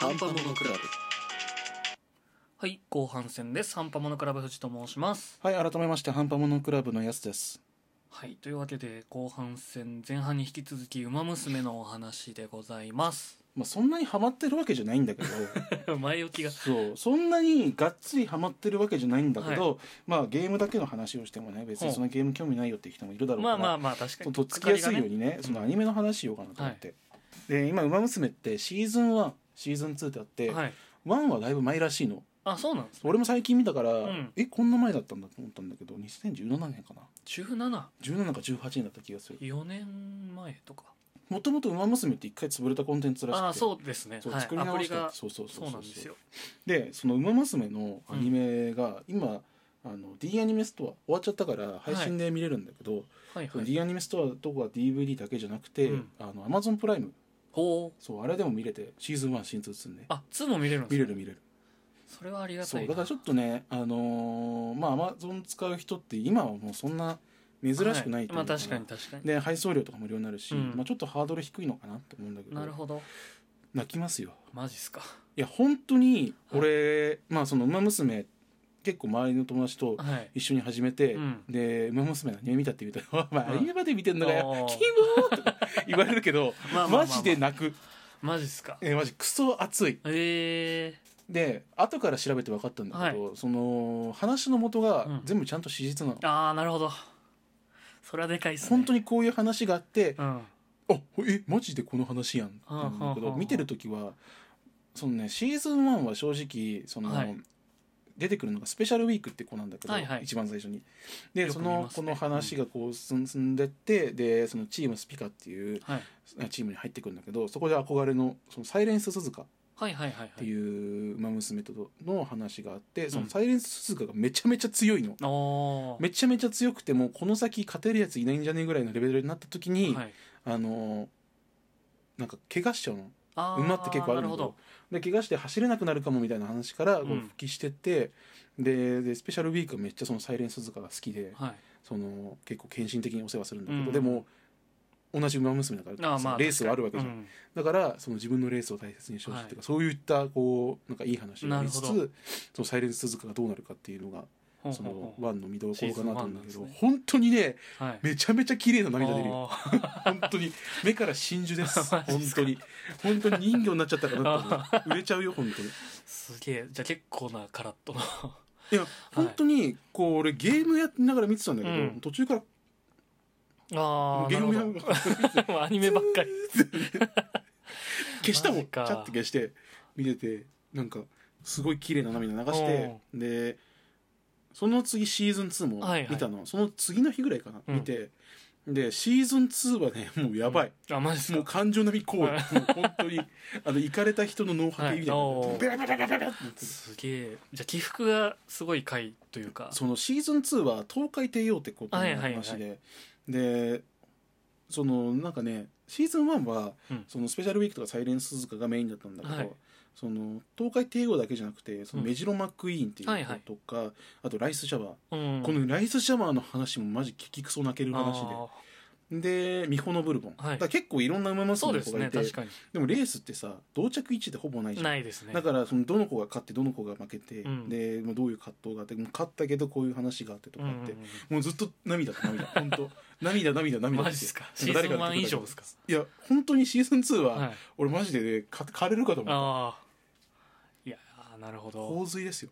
アンパモノクラブはい後半戦ですハンパモノクラブ藤と申しますはい改めましてハンパモノクラブのやすですはいというわけで後半戦前半に引き続き「ウマ娘」のお話でございます まあそんなにハマってるわけじゃないんだけど前置きがそうそんなにがっつりハマってるわけじゃないんだけど、まあゲームだけの話をしてもね別にそのゲーム興味ないよって人もいるだろうまからあまあまあ確かそうにとっつきやすいようねにねんそのアニメの話しようかなと思って、で今「ウマ娘」ってシーズン1シーズン2ってあって、はい1はだいぶ前らしいのあそうなんです俺も最近見たから、んえこんな前だったんだと思ったんだけど2017年かな174 17か18年だった気がする年前とかもともと「ウマ娘」って一回潰れたコンテンツらしくてあそうですねそうはい作りアプ直リしたがそうそうそうそうなんですよでその「ウマ娘」のアニメが今、あの D アニメストア終わっちゃったから配信で見れるんだけど、はいそはのい D アニメストアとか DVD だけじゃなくて、うんあの Amazon プライムほうそうあれでも見れてシーズン1シーズン2ねあ2も見れるんで見すれねる見れるそれはありがたいそうなだからちょっとねあのーまあ Amazon 使う人って今はもうそんな珍しくないとはまあ思うから確かに確かにで配送料とか無料になるし、うんまあ、ちょっとハードル低いのかなと思うんだけどなるほど泣きますよマジっすかいや本当に俺、まあその「ウマ娘」結構周りの友達とはい一緒に始めて、うんで「ウマ娘」何を見たって言うと「お 前アニメまで見てんのかよおーキモー!」とか言われるけどまあまあまあまあ マジで泣く、マジっすかえーマジクソ熱いええで後から調べて分かったんだけど、その話の元がうん全部ちゃんと史実なの、ああなるほどそれはでかいっすね本当ににこういう話があってう、んあえマジでこの話やんって思うんだけはあはあどはあ見てる時はそのねシーズン1は正直その、はい出てくるのがスペシャルウィークって子なんだけど、はいはい一番最初にでよそく見ますのねこの話がこう進んでって、でそのチームスピカっていうはい、あチームに入ってくるんだけどそこで憧れのそのサイレンス鈴鹿っはいはいはいてはいいう馬娘との話があってそうのんサイレンス鈴鹿がめちゃめちゃ強いの、おーめちゃめちゃ強くてもうこの先勝てるやついないんじゃねえぐらいのレベルになった時に、はいあのなんか怪我しちゃうのあー馬って結構あなるるんだほけどどで怪我して走れなくなるかもみたいな話からこううん復帰してって、ででスペシャルウィークはめっちゃそのサイレンスズカが好きではいその結構献身的にお世話するんだけど、うんでも同じ馬娘だかあらーまあレースはあるわけじゃん、ん、だからその自分のレースを大切にしてほしいっていうか、はそういったこうなんかいい話をな言いつるほつそのサイレンス鈴鹿がどうなるかっていうのがほうそほうのほワンの見どころかなと思うんだけシーズど、ンワンなんですね本当にねうはいめちゃめちゃ綺麗な涙出るよおー本当に目から真珠で すマ本ジっすか当に本当に人魚になっちゃったかなって思 う売れちゃうよ本当にすげえじゃあ結構なカラットのいや本当にこう俺ゲームやってながら見てたんだけど、うん途中からああゲなるーほムやどるから もうアニメばっかり消したもマんジチャかッて消して見ててなんかすごい綺麗な涙流してでその次シーズン2もはいはい見たの、その次の日ぐらいかな、うん見てでシーズン2 はねもうやばい、あマジっすもうか感情並みこう うんよもう本当にあの行かれた人の脳波形みたいな、はいおーベラベラベラベラってなってるすげえじゃあ起伏がすごい回というかそのシーズン2は東海帝王ってことの話で、はいはいはいでそのなんかねシーズン1は、うんそのスペシャルウィークとかサイレンス鈴鹿がメインだったんだけど、はいその東海帝王だけじゃなくてそのうんメジロ・マック・イーンっていうはいはいことか、あとライス・シャワー、うんこのライス・シャワーの話もマジ聞きくそ泣ける話あででミホノ・ブルボン、はいだから結構いろんな馬ーそう娘ので子すがいね確てかにでもレースってさ同着位置でほぼないじゃんないですねだからそのどの子が勝ってどの子が負けて、うんでもうどういう葛藤があってもう勝ったけどこういう話があってとかうっんうんて、うんもうずっと涙と涙本当 涙涙涙マジっすかなん誰シーズンワン出てく以る上っすかいや本当にシーズン2は、はい俺マジで、ね、か枯れるかと思うああいやーなるほど洪水ですよ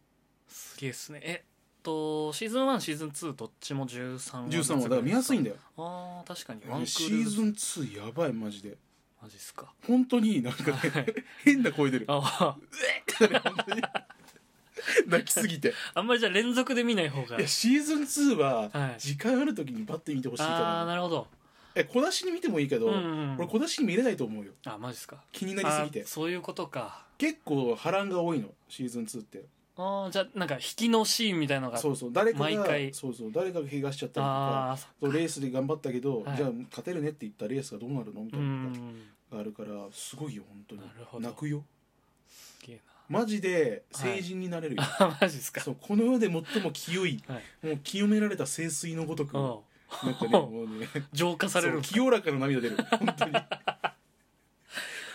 すげえっすねえっとシーズン1シーズン2どっちも13話13話だから見やすいんだだよあー確かにワンクールシーズン2やばいマジでマジっすか本当になんかねはい変な声出るあ本当に 泣きすぎてーあんまりじゃあ連続で見ない方がいやシーズン2ははい時間ある時にバッて見てほしいと思う、ああなるほどえ小出しに見てもいいけど、うんうん俺小出しに見れないと思うよあマジっすか気になりすぎあてーそういうことか結構波乱が多いのシーズン2ってああじゃあなんか引きのシーンみたいなのがそうそう誰か毎が回そうそう誰かが怪我しちゃったりとかああそそうレースで頑張ったけど、はいじゃあ勝てるねって言ったレースがどうなるのみたういなのんがあるからすごいよ本当になるほど泣くよすげえマジで成人になれるよ、なマジっすかそうこの世で最も清い、はいもう清められた聖水のごとくうんなんかねもうね浄化されそる う清らかな涙出る本当に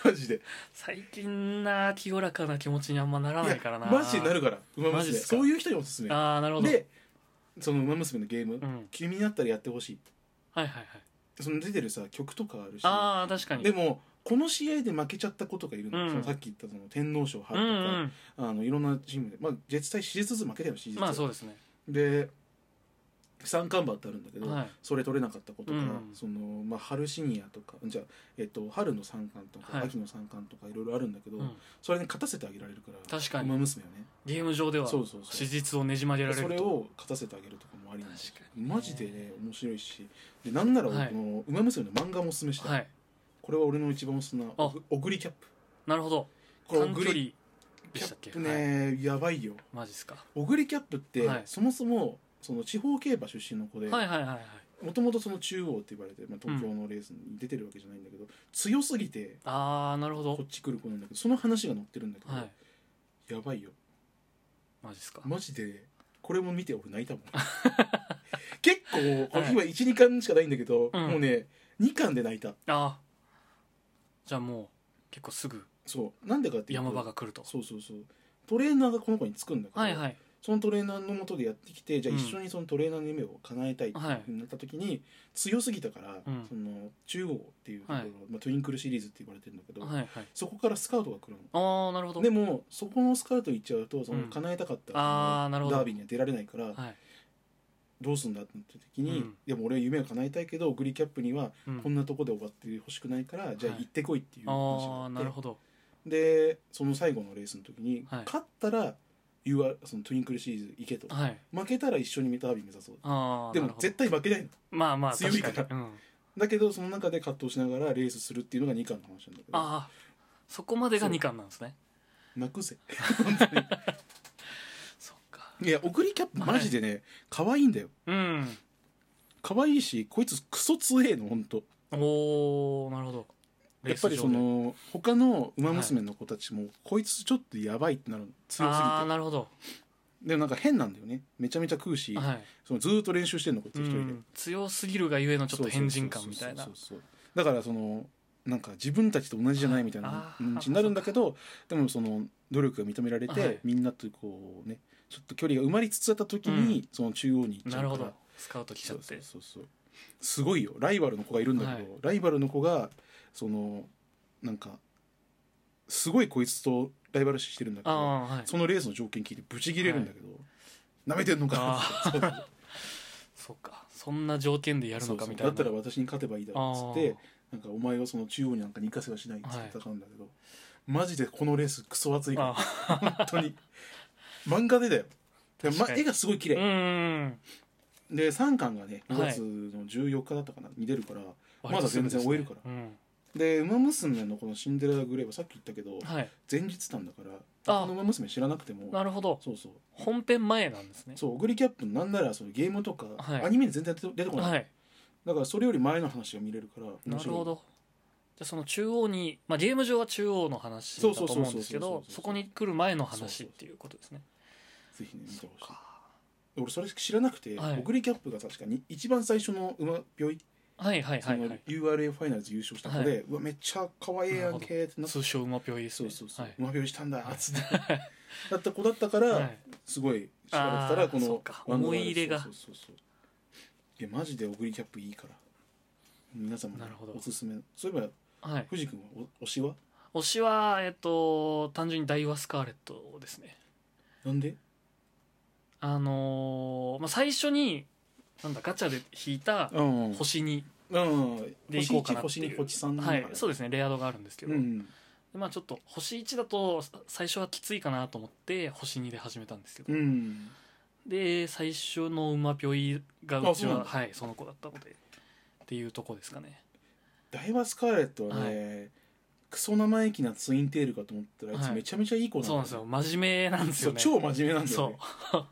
マジでい最近な清らかな気持ちにあんまならないからなマジになるから「ウママジっ娘」すかそういう人におすすめああなるほどでその「ウマ娘」のゲーム、うん、気になったらやってほしいはいはいはいその出てるさ曲とかあるしああ確かにでもこの試合で負けちゃった子とかいるの,、うんそのさっき言ったその天皇賞う春んとうか、んあのいろんなチームで、まあ、実際史実ずつ負けたよ史実まあそうですねで三冠馬ってあるんだけど、はいそれ取れなかったことから、うんそのまあ、春シニアとかじゃあ、えっと、春の三冠とか、はい秋の三冠とかいろいろあるんだけど、うんそれに勝たせてあげられるから確かに馬娘をねゲーム上ではそうそうそう史実をねじ曲げられるそとれを勝たせてあげるとかもありなんだ確かにマジでね面白いしでなんならはいこの「馬娘」の漫画もおすすめした、はいこれは俺の一番おすすめなあおぐオグリキャップなるほどこれオ短距グ離リでキャしたっッけプね、やばいよマジっすかオグリキャップって、はいそもそもその地方競馬出身の子で、はいはいはいはいもともとその中央って言われて、まあ、東京のレースに出てるわけじゃないんだけど、強すぎてああなるほどこっち来る子なんだけどその話が載ってるんだけど、はいやばいよマジっすかマジでこれも見て俺泣いた もん結構こはれい今12巻しかないんだけど、うんもうね2巻で泣いたああじゃあもう結構すぐそうなんでかっていうと山場が来るとそうそうそうトレーナーがこの子につくんだから、はいはいそのトレーナーのもとでやってきてじゃあうん一緒にそのトレーナーの夢を叶えたいってはいなった時に、強すぎたから、うんその中央っていうところ、はいまあ、トゥインクルシリーズって言われてるんだけど、はいはいそこからスカウトが来るのああなるほどでもそこのスカウト行っちゃうとそのうん叶えたかった、あーなるほどダービーには出られないからはいどうすんだってなった時に、うんでも俺は夢を叶えたいけどグリキャップにはうんこんなとこで終わってほしくないから、じゃあはい行ってこいっていう話があああっなてるほどでその最後のレースの時に、はい勝ったら UR そのトゥインクルシリーズ行けと、はい負けたら一緒にダービー目指そうああでも絶対負けないのまあまあ強確いかからにうんだけどその中で葛藤しながらレースするっていうのが2巻の話なんだけどああそこまでが2巻なんですね泣くぜそっかいや送りキャップマジでね可愛いんだようん可愛いしこいつクソ強えの本当おおなるほどやっぱりそレース上での他の「ウマ娘」の子たちも、こいつちょっとやばいってなるの強すぎああてなるほどでもなんか変なんだよねめちゃめちゃ食うし、はいそのずーっと練習してんのこいつ一う人でん強すぎるがゆえのちょっと変人感みたいなそうそうそうそうだからそのなんか自分たちと同じじゃないみたいなはいあー認知になるんだけどでもその努力が認められて、はいみんなとこうねちょっと距離が埋まりつつあった時に、うその中央に行っちなゃうるかほらどスカウト来ちゃっそうそうてそうそうすごいよライバルの子がいるんだけど、はいライバルの子がそのなんかすごいこいつとライバル視してるんだけあどあはいそのレースの条件聞いてブチギレるんだけど、舐めてんのかあそうそうそっかそんな条件でやるのかみたいなそうそうだったら私に勝てばいいだろうっつってなんかお前はその中央になんかに行かせはしないっつって戦うんだけど、マジでこのレースクソ熱いかああら本当に漫画でだよで、ま確、かに絵がすごい綺うんう麗、んうんで3巻がねは5い月の14日だったかな、に出るから割まだとすぐ全です然ね終えるからうんで「ウマ娘」のこの「シンデレラグレー」はさっき言ったけどはい前日なんだからあこの「ウマ娘」知らなくてもなるほどそうそう本編前なんですねそうオグリキャップのなんならそのゲームとか、はいアニメで全然出てこない、はいだからそれより前の話が見れるからな面る白いほどじゃあその中央に、まあ、ゲーム上は中央の話だと思うんですけそうそうそうそうそうどそうそこに来る前の話っていうことですねぜひね見てほしいか俺それ知らなくて、はいオグリキャップが確かに一番最初の馬病院はいはいそはいのはい URA ファイナルズ優勝した子で、はうわめっちゃ可愛いやんけってなって通称馬ぴょいですそねうそうそう、はい馬病院したんだっつってだった子だったから、はいすごい調べてたらあーこそのうか漫画が思い入れがそうそうそうそういやマジでオグリキャップいいから皆様なるほどおすすめそういえばはい、藤君はお推しは推しはえっと単純にダイワスカーレットですねなんであのーまあ、最初になんだガチャで引いたうんうん星に、うんで星行こうか1なって星いう2星3なのかは、ないそうですねレア度があるんですけど、うんでまあちょっと星1だとさ最初はきついかなと思って星2で始めたんですけど、うんで最初の馬ぴょいがうあちそうなんはだはいその子だったのでっていうとこですかねダイバースカーレットはね、クソ生意気なツインテールかと思ったらあいはついめちゃめちゃいい子そうなんですよ真面目なんですそようね超真面目なんだよ、そう ね、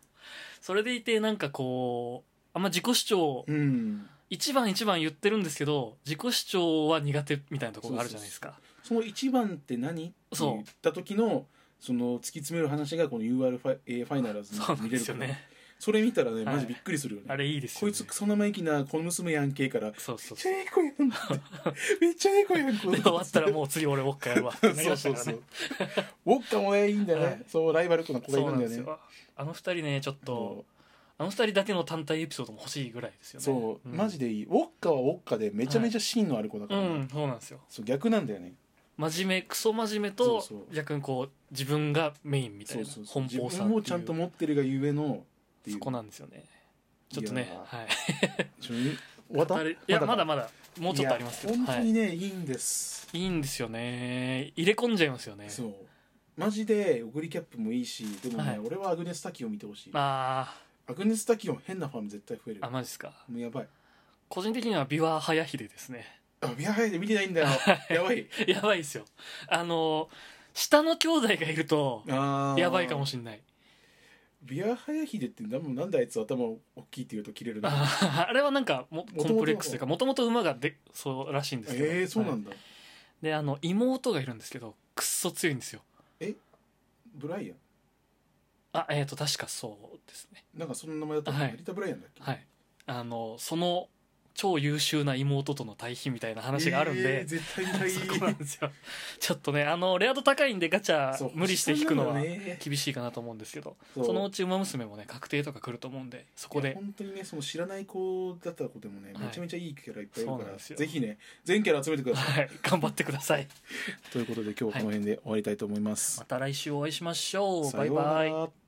それでいてなんかこうあんま自己主張う、ん、一番一番言ってるんですけど自己主張は苦手みたいなところがあるじゃないですかその一番って何ってそう言った時のその突き詰める話がこの UR ファイファイナルズそうなにん見れでるすかよら、ねそれ見たらはねいマジびっくりするよね、あれいいですこよいねつクソ生意気なこの娘やんけからめっそうそうちそうゃええ子やんってめっちゃええ子やんこで終わったらもう次俺ウォッカやるわってなり そまうしたそうからそねうウォッカもねいいんだよね、はいそうライバルとの子がいそうなるんんだでよねすよあの二人ねちょっとそあの二人だけの単体エピソードも欲しいぐらいですようねそう、んマジでいいウォッカはウォッカでめちゃめちゃ芯のある子だかうらね、んそうなんですよそう逆なんだよね真面目クソ真面目とそうそう逆にこう自分がメインみたいそうなそうそう奔自放さ分っをてちゃんという持ってるがゆえのっていそうこなんですよねちょっといねやはいちなみに終わった語りいやまだかまだもうちょっとありますけいどやは本当いにね、い、いんです、いいんですよね入れ込んじゃいますよねそうマジでオグリキャップもいいしでもね、はい俺はアグネス・タキオン見てほしいあアグネス・タキオン変なファン絶対増えるーあマジですかもうやばい個人的にはビワ早秀ですね あやばいで見てないんだよやばいやばいですよあの下の兄弟がいるとあーやばいかもしんないビアハヤヒデってなんなんだあいつ頭大きいって言うと切れるなあーあれはなんかも々コンプレックスというかもともと馬がでそうらしいんですけどえー、そうなはいんだ、であの妹がいるんですけどくっそ強いんですよブライアンあえっ、と確かそうですねなんかその名前だったはい成田ブライアンだっけはいあのその超優秀な妹との対比みたいな話があるんえーで、絶対見た いそこなんですよちょっとねあのレア度高いんでガチャそう無理して引くのはそうなんだよね厳しいかなと思うんですけどそうそのうち「ウマ娘」もね確定とか来ると思うんでそこいやで本当にねその知らない子だった子でもね、はいめちゃめちゃいいキャラいっぱいいるそうかなんらですよぜひね全キャラ集めてくださいはい頑張ってくださいということで今日はこの辺で終わりたいと思いますま、た来週お会いしましょうバイさようなバイら